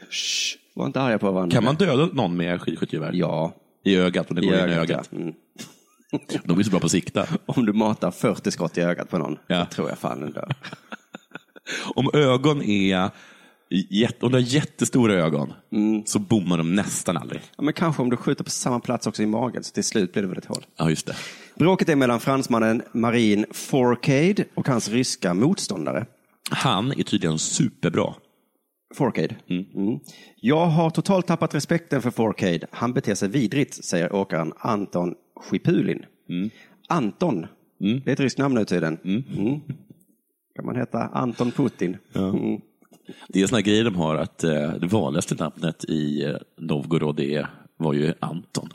Shh, var inte arga på varandra.
Kan man döda någon med skidskyttegevär?
Ja.
I ögat, om det
I
går in i
ögat,
ögat.
ja.
De är så bra på att sikta.
Om du matar 40 skott i ögat på någon, så tror jag fan den dör.
Om ögon är... jätte- Om du har jättestora ögon så bommar de nästan aldrig.
Ja, men kanske om du skjuter på samma plats också i magen, så till slut blir det väl ett hål.
Ja, just det.
Bråket är mellan fransmannen Marine Fourcade och hans ryska motståndare.
Han är tydligen superbra.
Fourcade. Mm. Jag har totalt tappat respekten för Fourcade. Han beter sig vidrigt, säger åkaren Anton Schipulin. Anton, det är ett ryskt namn nu tydligen. Mm. Kan man heta Anton Putin? Mm.
Det är såna grejer de har, att eh, det vanligaste namnet i eh, Novgorod är, var ju Anton.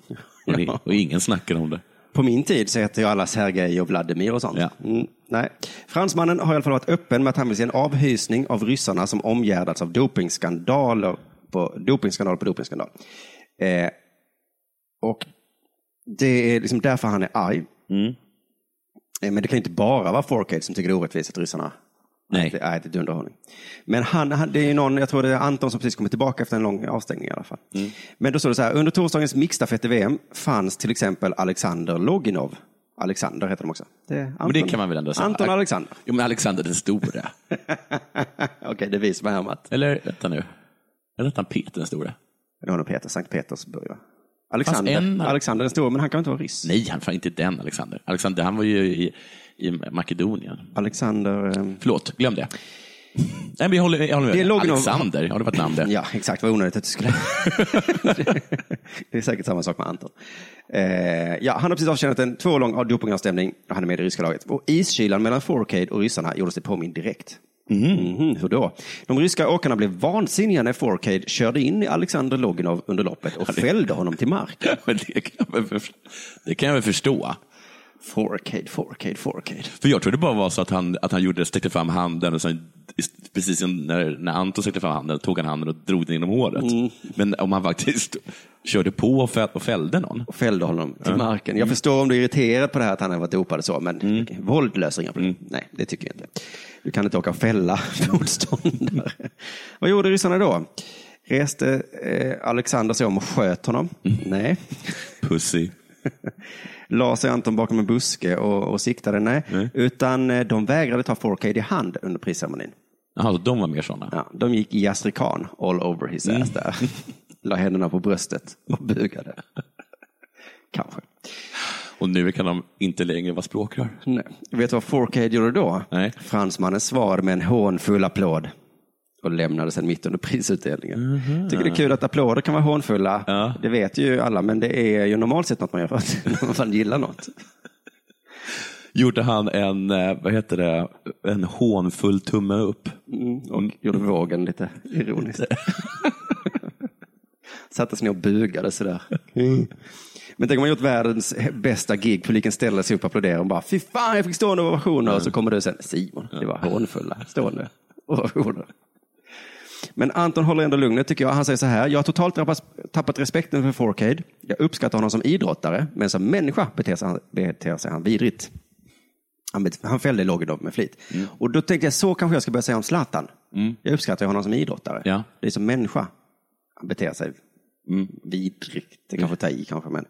Och, ni- och ingen snackar om det.
På min tid så hette ju alla Sergej och Vladimir och sånt. Mm, nej. Fransmannen har i alla fall varit öppen med att han vill se en avhysning av ryssarna som omgärdats av dopingskandaler på dopingskandal på dopingskandal. Eh, och det är liksom därför han är arg. Eh, Men det kan ju inte bara vara Fourcade som tycker det är orättvist att ryssarna Nej. Att det är ett underhållning. Men han, han, det är ju någon, jag tror det är Anton som precis kommit tillbaka efter en lång avstängning i alla fall. Men då står det så här, under torsdagens mixstafett i VM fanns till exempel Alexander Loginov. Alexander heter de också. Det är Anton.
Men det kan man väl ändå säga.
Anton och Alexander.
Jo, men Alexander den store.
Okej, det är vi som har härmat.
Eller vänta nu. Eller hette han Peter den store?
Det var nog Peter, Sankt Petersburg. va? Alexander,
Fanns en-
Alexander den store, men han kan väl inte vara ryss?
Nej, han fan inte den Alexander. Alexander, han var ju i, i Makedonien.
Alexander... ehm,
Förlåt, glöm det. Nej, men jag håller, jag håller med.
Det är Loginov-
Alexander, ja det var ett namn det.
Ja, exakt. Vad onödigt att du skulle... det är säkert samma sak med Anton. Eh, ja, han har precis avtjänat en två år lång dopingavstämning och han är med i det ryska laget. Och iskylan mellan Fourcade och ryssarna gjordes det påmind direkt. Mhm, hur då? De ryska åkarna blev vansinniga när Fourcade körde in i Alexander Loginov under loppet och fällde honom till marken.
Men det, kan jag väl förstå. det kan jag väl förstå.
Fourcade, Fourcade, Fourcade.
För jag trodde bara var så att han, att han gjorde, sträckte fram handen och sen, precis som när, när Anton sträckte fram handen tog han handen och drog den inom håret.
Mm.
Men om han faktiskt körde på och fäll- och fällde någon.
Och fällde honom till marken. Jag förstår om du är irriterad på det här att han har varit dopad och så, men våld löser inga problem. Nej, det tycker jag inte. Du kan inte åka och fälla motståndare. Vad gjorde ryssarna då? Reste eh, Alexander sig om och sköt honom? Nej.
Pussy.
La sig Anton bakom en buske och, och siktade? Nej.
Nej.
Utan eh, de vägrade ta Fourcade i hand under prisceremonin.
Jaha, så de var mer sådana.
Ja, de gick i jastrikan all over his ass där. La händerna på bröstet och bugade. Kanske.
Och nu kan de inte längre vara språkrör.
Nej. Vet du vad Fourcade gjorde då?
Nej.
Fransmannen svarade med en hånfull applåd och lämnade sen mitt under prisutdelningen. Tycker det är kul att applåder kan vara hånfulla.
Mhm. Ja.
Det vet ju alla, men det är ju normalt sett något man gör för att man fan gillar något.
Gjorde han en, eh, vad heter det, en hånfull tumme upp.
Och gjorde vågen lite ironiskt. Satte sig ner och bugade sådär.
Mm.
Men tänk om man gjort världens bästa gig, publiken ställer sig upp och applåderar och bara fy fan jag fick stående ovationer och så kommer du sen, Simon, det var hånfulla stående ovationer. Men Anton håller ändå lugnet tycker jag. Han säger så här, jag har totalt tappas- tappat respekten för Fourcade. Jag uppskattar honom som idrottare, men som människa beter sig han, beter sig han vidrigt. Han, bet- han fällde Loginov med flit. Och då tänkte jag, så kanske jag ska börja säga om Zlatan. Jag uppskattar honom som idrottare.
Ja.
Det är som människa. Han beter sig vidrigt. Det kanske tar i kanske, men.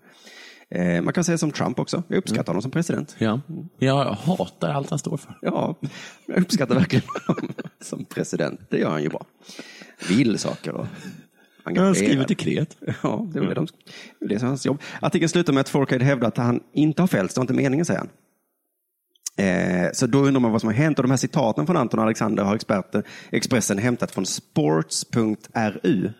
Eh, man kan säga som Trump också. Jag uppskattar honom som president.
Ja. Jag hatar allt han står för.
Ja, jag uppskattar verkligen honom som president. Det gör han ju bra. Vill saker och
Han har
engagerad.
skrivit dekret.
Ja, det var det, de, det är hans jobb. Artikeln slutar med att Fourcade hävdar att han inte har fällts. Det var inte meningen, säger han. Eh, så då undrar man vad som har hänt. Och de här citaten från Anton och Alexander har experter, Expressen hämtat från sports.ru.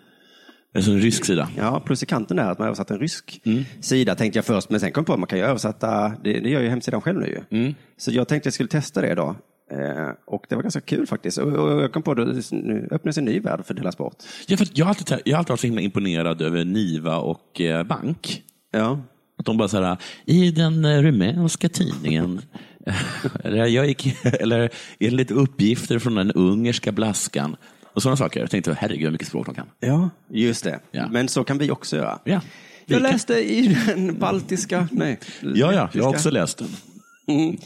Alltså en rysk sida?
Ja, plus i kanten där att man översatt en rysk sida tänkte jag först. Men sen kom jag på att man kan ju översätta, det, det gör ju hemsidan själv nu ju. Så jag tänkte jag skulle testa det idag. Eh, och det var ganska kul faktiskt. Och, och jag kom på att nu öppnas en ny värld för Della Sport.
Ja, för att jag, har alltid, jag har alltid varit så himla imponerad över Niva och eh, Bank.
Ja.
Att de bara så här, i den eh, rumänska tidningen, eller, jag gick, eller enligt uppgifter från den ungerska blaskan. Och sådana saker. Jag tänkte, herregud vad mycket språk de kan.
Ja, just det. Men så kan vi också göra. Ja. Jag läste i den baltiska, nej.
Ja, ja, jag har också
lettiska.
läst den.
Mm.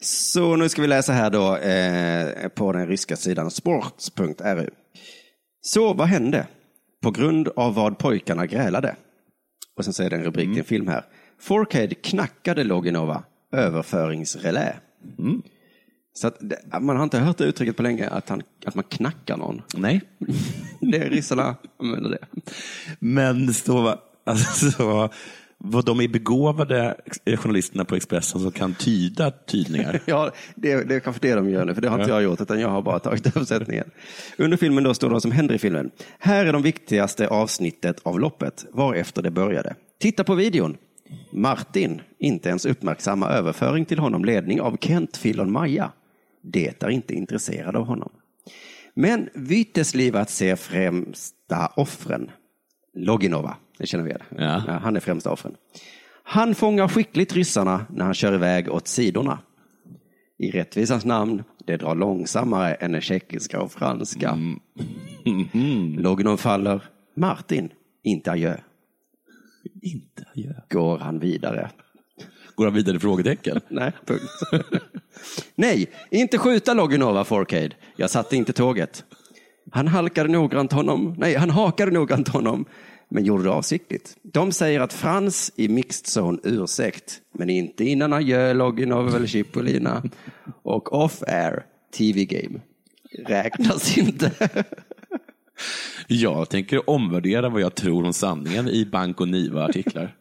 Så nu ska vi läsa här då eh, på den ryska sidan sports.ru. Så vad hände? På grund av vad pojkarna grälade. Och sen så är det en rubrik
Mm.
till en film här. Forehead knackade Loginova, överföringsrelä.
Mm.
Så att, det- man har inte hört det uttrycket på länge, att, han, att man knackar någon.
Nej.
det är ryssarna använder det.
Men så, alltså, så, vad de är begåvade eh, journalisterna på Expressen som kan tyda tidningar.
Ja, det, det är kanske det de gör nu, för det har inte
Ja.
jag gjort, utan jag har bara tagit översättningen. Under filmen då står det vad som händer i filmen. Här är de viktigaste avsnittet av loppet, varefter det började. Titta på videon. Martin, inte ens uppmärksamma överföring till honom ledning av Kent Filon Maja. Det är inte intresserad av honom. Men Vyteslivat ser främsta offren. Loginova, det känner vi igen.
Ja.
Ja, han är främsta offren. Han fångar skickligt ryssarna när han kör iväg åt sidorna. I rättvisans namn, det drar långsammare än den tjeckiska och franska. Loginov faller. Martin, inte adjö.
Inte adjö.
Går han vidare?
Går han vidare i frågetecken?
Nej, punkt. Nej, inte skjuta Loginova Forcade. Jag satte inte tåget. Han halkade noggrant honom. Nej, han hakade noggrant honom. Men gjorde det avsiktligt. De säger att Frans i mixed zone ursäkt. Men inte innan han gör Loginov eller Chipolina. Och off air, TV game. Räknas inte.
Jag tänker omvärdera vad jag tror om sanningen i Bank och Niva-artiklar.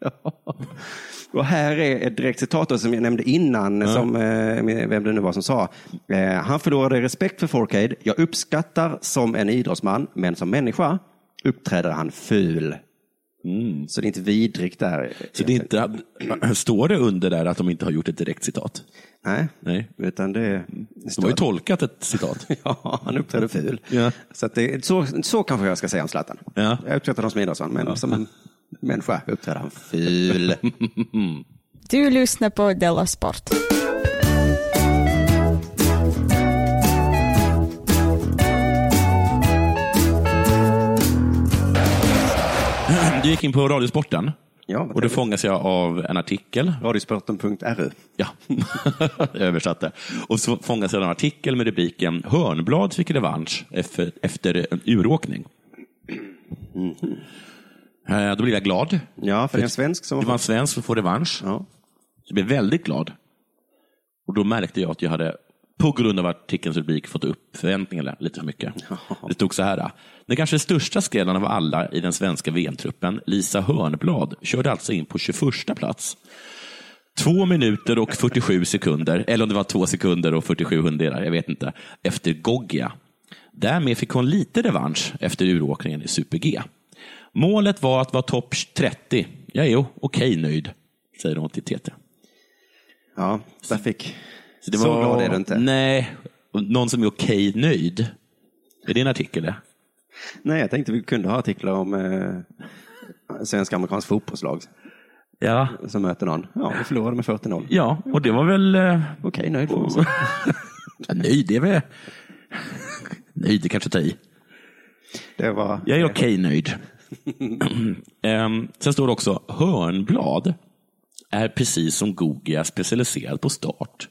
Och här är ett direkt citat då, som jag nämnde innan, som, eh, vem det nu var som sa. Eh, han förlorade respekt för Forcade. Jag uppskattar som en idrottsman, men som människa uppträder han ful.
Mm,
Så det är inte vidrigt där.
Så det är inte, står det under där att de inte har gjort ett direkt citat?
Nej,
Nej. Mm.
utan det...
De har ju tolkat ett citat.
Ja, han uppträder ful.
Ja.
Så, att det, så, så kanske jag ska säga om Zlatan.
Ja.
Jag uppskattar honom som idrottsman, men som en människa uppträder han ful.
Du lyssnar på Della Sport.
Du gick in på Radiosporten
Ja, vad
och då fångas jag av en artikel.
Radiosporten.ru
Ja, jag översatte. Och så fångas jag av en artikel med rubriken Hörnblad fick revansch efter- efter en uråkning.
Mm-hmm.
Eh, Då blev jag glad.
Ja, för det är en svensk som har
Det var en svensk som får revansch.
Ja.
Jag blev väldigt glad. Och då märkte jag att jag hade, på grund av artikelns rubrik, fått upp förväntningarna lite för mycket. Det stod så här. Den kanske största skrällen av alla i den svenska VM-truppen, Lisa Hörnblad, körde alltså in på 21 plats. Två minuter och 47 sekunder, eller om det var två sekunder och 47 hundradelar, jag vet inte, efter Goggia. Därmed fick hon lite revansch efter uråkningen i Super-G. Målet var att vara topp 30. Jag är okej nöjd, säger hon till TT.
Ja, där fick...
Så, det
Så
var-
glad är du inte.
Nej, Och någon som är okej nöjd. Är det en artikel? det?
Nej, jag tänkte vi kunde ha artiklar om eh, svenska amerikansk fotbollslag
Ja.
som möter någon. Ja, vi förlorade med 40-0.
Ja, och det var väl... eh,
Okej, nöjd får man säga.
ja, nöjd är väl... nöjd är kanske att ta i.
Det var...
Jag är okej nöjd. Ehm, Sen står det också, Hörnblad är precis som Gogia specialiserad på start.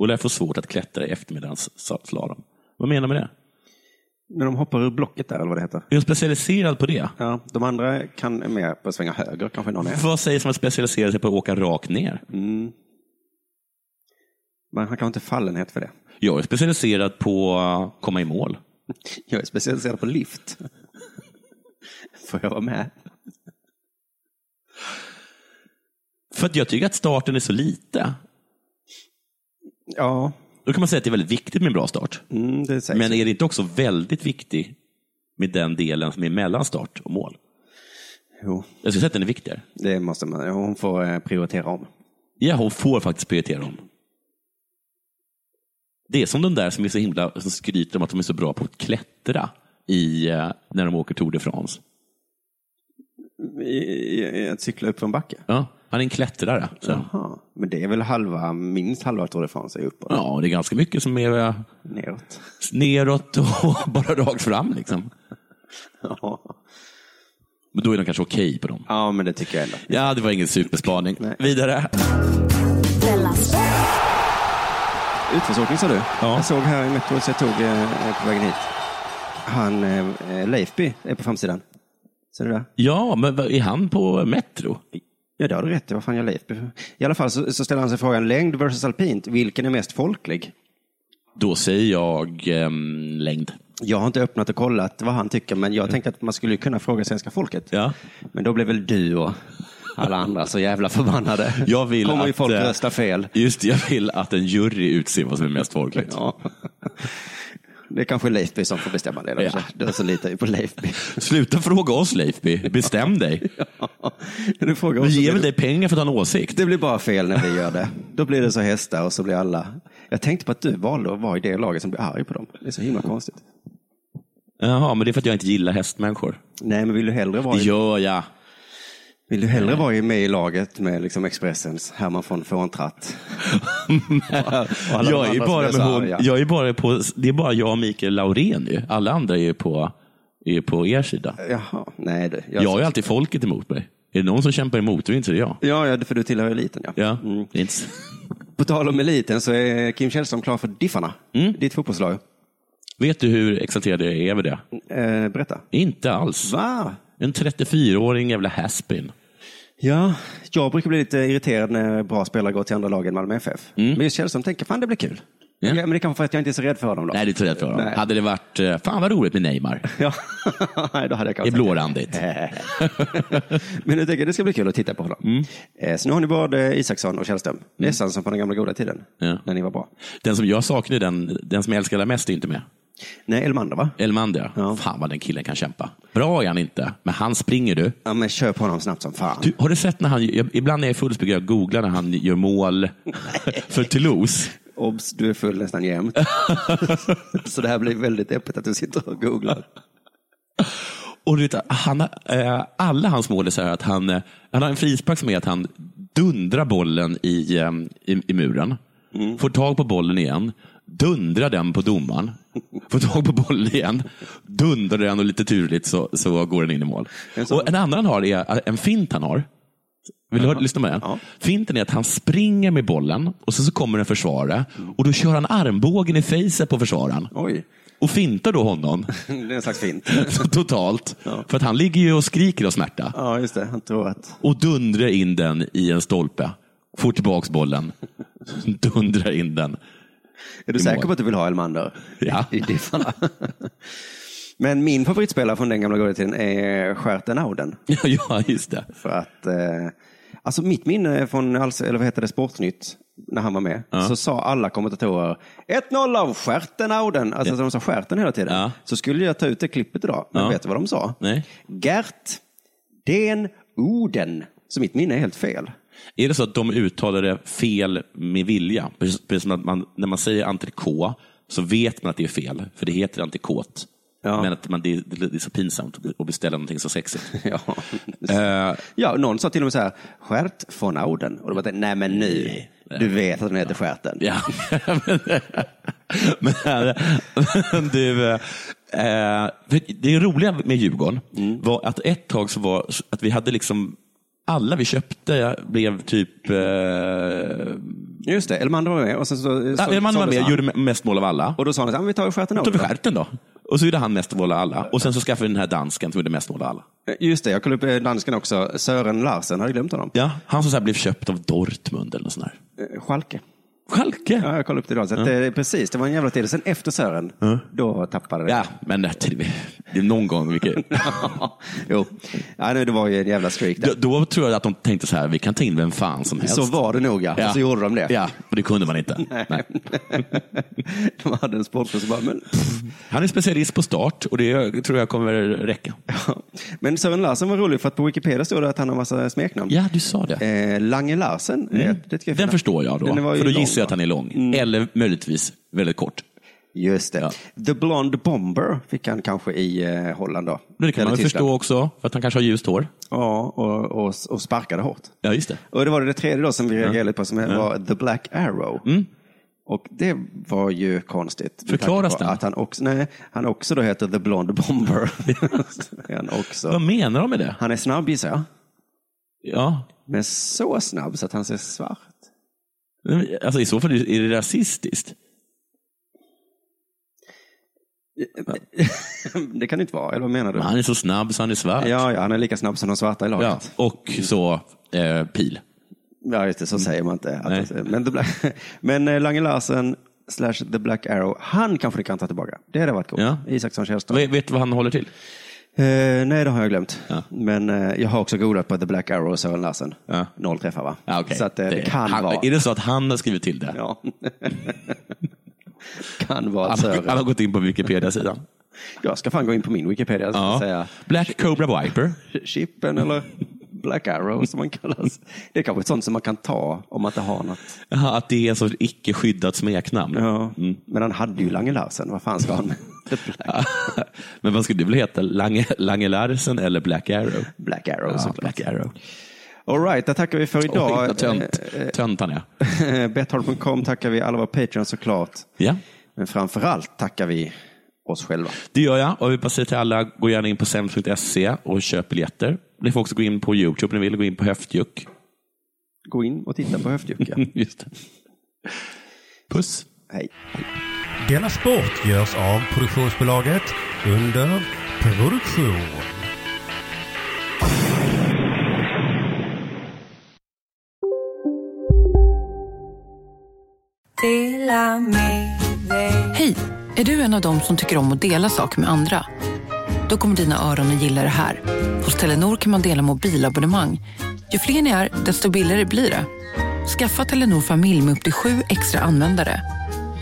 Och lär få svårt att klättra i eftermiddagens slalom. Vad menar du med det?
När de hoppar ur blocket där, eller vad det heter.
Är de specialiserad på det?
Ja, de andra kan är mer på att svänga höger, kanske någon är.
Vad sägs om att specialisera sig på att åka rakt ner?
Mm. Men han kan inte fallenhet för det.
Jag är specialiserad på att komma i mål.
Jag är specialiserad på lift. Får jag vara med?
För att jag tycker att starten är så lite.
Ja. mm,
Då kan man säga att det är väldigt viktigt med en bra start. Men är det inte också väldigt viktigt med den delen som är mellan start och mål?
Jo.
Jag skulle säga att den är viktigare.
Det måste man. Hon får eh, prioritera om.
Ja, hon får faktiskt prioritera om. Det är som de där som är så himla, som skryter om att de är så bra på att klättra i, eh, när de åker Tour de France.
I, i, att cykla upp för en backe.
Ja, han är en klättrare. Så.
Jaha. Men det är väl halva, minst halva Tour de France är uppåt?
Ja, det är ganska mycket som är eh,
Neråt.
neråt och bara rakt fram. Liksom.
Ja.
Men då är de kanske okej på dem.
ja, men det tycker jag ändå.
Ja, det var ingen superspaning. Vidare.
Della Sport.
Utförsåkning sa du? Jag såg här i Metro, så jag tog eh, på vägen hit. Han, eh, Leifby, är på framsidan. Ser du det?
Ja, men vad- är han på Metro?
Ja, det har du rätt i. Vad fan gör Leifby? I alla fall så, så ställer han sig frågan, längd versus alpint, vilken är mest folklig?
Då säger jag ehm, längd.
Jag har inte öppnat och kollat vad han tycker, men jag tänkte att man skulle kunna fråga svenska folket.
Ja.
Men då blev väl du och alla andra så jävla förbannade.
Jag vill
Kommer ju
att,
folk
eh,
rösta fel.
Just det, jag vill att en jury utser vad som är mest folkligt.
Ja. Det är kanske Leifby som får bestämma det. Då.
Ja.
Då så litar vi på Leifby.
Sluta fråga oss Leifby, bestäm dig.
Du frågar
Vi
också
ger
det.
väl dig pengar för att ha en åsikt.
Det blir bara fel när vi gör det. Då blir det så hästar och så blir alla... Jag tänkte på att du valde att vara i det laget som blir arg på dem. Det är så himla konstigt.
Jaha, men det är för att jag inte gillar hästmänniskor.
Nej, men vill du hellre vara
Det
i,
gör jag.
vill du hellre vara i- med i laget med liksom Expressens Herman von Fåntratt? Och alla de
jag, är
andra
bara
som
med
är så
hon,
arga.
jag är bara på, det är bara jag och Mikael Laurén ju. Alla andra är ju på, är på er sida.
Jaha, nej du.
Jag har ju alltid folket emot mig. Är det någon som kämpar emot mig inte så är det jag.
Ja, ja, för du tillhör eliten. Ja. Mm.
Ja, det är inte... så-
På tal om eliten så är Kim Källström klar för Diffarna, ditt fotbollslag.
Vet du hur exalterad jag är över det?
Eh, berätta.
Inte alls.
Va?
En 34-åring jävla haspin.
Ja, jag brukar bli lite irriterad när bra spelare går till andra lag än Malmö FF. Men just Källström tänker, fan det blir kul.
Ja.
Mm. Ja. men det är kanske för att jag inte är så rädd för dem då.
Nej, det tror jag inte.
Nej.
Hade det varit, eh, fan vad roligt med Neymar.
Ja, Nej, då hade jag kanske
I blårandigt.
Men jag tänker det ska bli kul att titta på honom. Eh, Så nu har ni både Isaksson och Källström. Nästan som på den gamla goda tiden,
Ja.
när ni var bra.
Den som jag saknar, den, den som jag älskar allra mest är inte med.
Nej, Elmander va?
Elmander, ja. fan vad den killen kan kämpa. Bra är han inte, men han springer du.
Ja, men kör på honom snabbt som fan.
du har du sett när han, jag, ibland när jag är full så brukar jag googla när han gör mål för Toulouse.
Obs, du är full nästan jämt. så det här blir väldigt öppet att du sitter och googlar.
Och du vet, han, har- eh, alla hans mål är så här att han, eh, han har en frispark som är att han dundrar bollen i, eh, i, i muren,
Mm.
får tag på bollen igen, dundrar den på domaren, får tag på bollen igen, dundrar den och lite turligt så, så går den in i mål.
En sån-
Och en annan han har är en fint han har. Vill du höra- lyssna med?
Ja.
Finten är att han springer med bollen och sen så kommer en försvarare och då kör han armbågen i facet på försvararen
Oj,
och fintar då honom
det är en slags fint.
totalt.
Ja.
För att han ligger ju och skriker av smärta.
Ja, just det. Han tror att...
Och dundrar in den i en stolpe. Får tillbaks bollen. Dundrar in den.
Är du
I
säker
mål.
på att du vill ha Elmander?
Ja.
I diffarna. men min favoritspelare från den gamla goda tiden är Stjärten Auden.
Ja, ja just det.
För att, eh, alltså mitt minne från alls, eller vad heter det, Sportnytt, när han var med, så sa alla kommentatorer 1-0 av Stjärtenauden. Alltså de sa stjärten hela tiden.
Ja.
Så skulle jag ta ut det klippet idag, men
Ja.
vet du vad de sa?
Nej.
Gert Den Oden. Så mitt minne är helt fel.
Är det så att de uttalade fel med vilja? Precis precis som att man, när man säger entrecote så vet man att det är fel, för det heter entrecote.
Ja.
Men att man, det, det är så pinsamt att beställa någonting så sexigt.
Ja.
Eh,
ja, någon sa till och med så här, Stjärt von Auden. Och de bara, nej men nu, du vet att den heter Stjärten.
Ja, men, men, men du, eh, för det roliga med Djurgården var att ett tag så var att vi hade liksom alla vi köpte blev typ... Eh,
Just det, Elmander var med. Och sen så, så,
ja, man var
såldes
med,
han.
gjorde mest mål av alla.
Och då sa han, så här, "Ja, men vi tar Stjärten
Då tog
Auden.
vi stjärten då. Och så gjorde han mest mål av alla. Och sen så skaffade vi den här dansken som gjorde mest mål av alla.
Just det, jag kollade upp eh, dansken också. Sören Larsen, har jag glömt honom?
Ja, han som så här blev köpt av Dortmund eller något sånt där.
Eh, Schalke.
Schalke?
Ja, jag kollade upp det idag. Så att, eh, Precis, det var en jävla tid. Sen efter Sören, då tappade det.
Ja, men det, någon gång, Micke.
jo. Ja, det var ju en jävla streak
då, då tror jag att de tänkte så här, vi kan ta in vem fan som helst.
Så var det nog ja, och så gjorde de det.
Ja, men det kunde man inte. Nej.
de hade en sportchef som bara, men...
Han är specialist på start och det tror jag kommer räcka.
men Sören Larsen var rolig för att på Wikipedia står det att han har massa smeknamn.
Ja, du sa det.
Eh, Lange Larsen,
Mm.
det, det tycker jag är
Den
fint.
förstår jag då,
Den var ju
för då
lång, Mm.
gissar jag att han är lång. Eller möjligtvis väldigt kort.
Just det. The Blonde Bomber fick han kanske i eh, Holland då.
Men det kan
Eller
man ju
Tyskland.
förstå också, för att han kanske har ljust hår.
Ja, och, och, och sparkade hårt.
Ja, just det.
Och det var det tredje då som vi reagerade
Ja.
lite på som
Ja. Mm.
var The Black Arrow. Och det var ju konstigt. med
Förklaras
tanke på
den?
Att han också, nej, han också då heter The Blonde Bomber. Det är han också.
Vad menar de med det?
Han är snabb gissar jag.
Ja.
Men så snabb så att han ser svart.
Alltså, I så fall är det rasistiskt.
Det kan det inte vara, eller vad menar du?
Men han är så snabb så han är svart.
Ja, ja, han är lika snabb som de svarta i
Ja,
laget.
och så eh, pil.
Ja, just det, så
Mm.
säger man inte. Att, men The Black, men eh, Lange Larsen slash The Black Arrow, han kanske du kan ta tillbaka. Det hade varit coolt.
Ja.
Isaksson Källström.
Vet vet du vad han håller till?
Eh, nej, det har jag glömt. Men eh, jag har också googlat på The Black Arrow och Sören Larsen. Noll träffar va?
Ja, okej.
Så att, eh, det, kan
han,
vara.
Är det så att han har skrivit till det?
Ja. kan vara
Han,
Sören.
han har gått in på Wikipedia-sidan.
alltså- Jag ska fan gå in på min Wikipedia. Så
Ja.
ska säga
Black Cobra Viper.
Chippen eller Black Arrow som man kallas. Det är kanske ett sånt som man kan ta om man inte har något.
Jaha, att det är en sorts icke skyddat smeknamn.
Ja.
Mm.
Men han hade ju Lange Larsen. Vad fan ska han med The Black
Men vad skulle det vilja heta? Lange, Lange Larsen eller Black Arrow?
Black Arrow
ja,
såklart.
Black Arrow.
All right, där tackar vi för
Oj,
idag.
vad tönt. Tönt han är.
Eh, Betthard.com tackar vi alla våra patreons såklart.
Ja.
Men framför allt tackar vi oss själva.
Det gör jag. Och vi bara säger till alla, gå gärna in på sems.se och köp biljetter. Ni får också gå in på Youtube om ni vill, gå in på Höftjuck.
Gå in och titta på höftjucka.
Just det. Puss.
Hej.
Denna sport görs av produktionsbolaget under produktion.
Hej! Är du en av dem som tycker om att dela saker med andra? Då kommer dina öron att gilla det här. Hos Telenor kan man dela mobilabonnemang. Ju fler ni är, desto billigare blir det. Skaffa Telenor familj med upp till sju extra användare.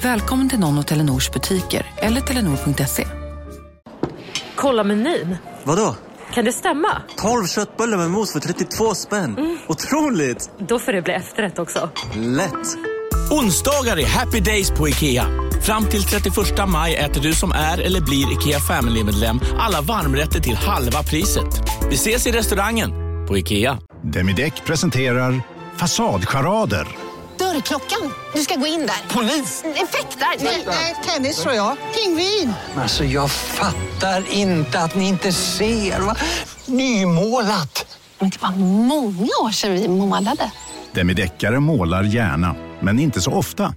Välkommen till någon av Telenors butiker eller telenor.se.
Kolla menyn.
Vadå?
Kan det stämma?
12 köttbullar med mos för 32 spänn. Otroligt!
Då får det bli efterrätt också.
Lätt!
Onsdagar är happy days på IKEA. Fram till 31 maj äter du som är eller blir IKEA Family-medlem alla varmrätter till halva priset. Vi ses i restaurangen på IKEA.
Demideck presenterar Fasadcharader.
Dörrklockan. Du ska gå in där. Polis? Effektar? Nej, tennis tror jag. Pingvin.
Alltså jag fattar inte att ni inte ser. Va? Nymålat.
Men det var många år sedan vi målade.
Demideckare målar gärna, men inte så ofta.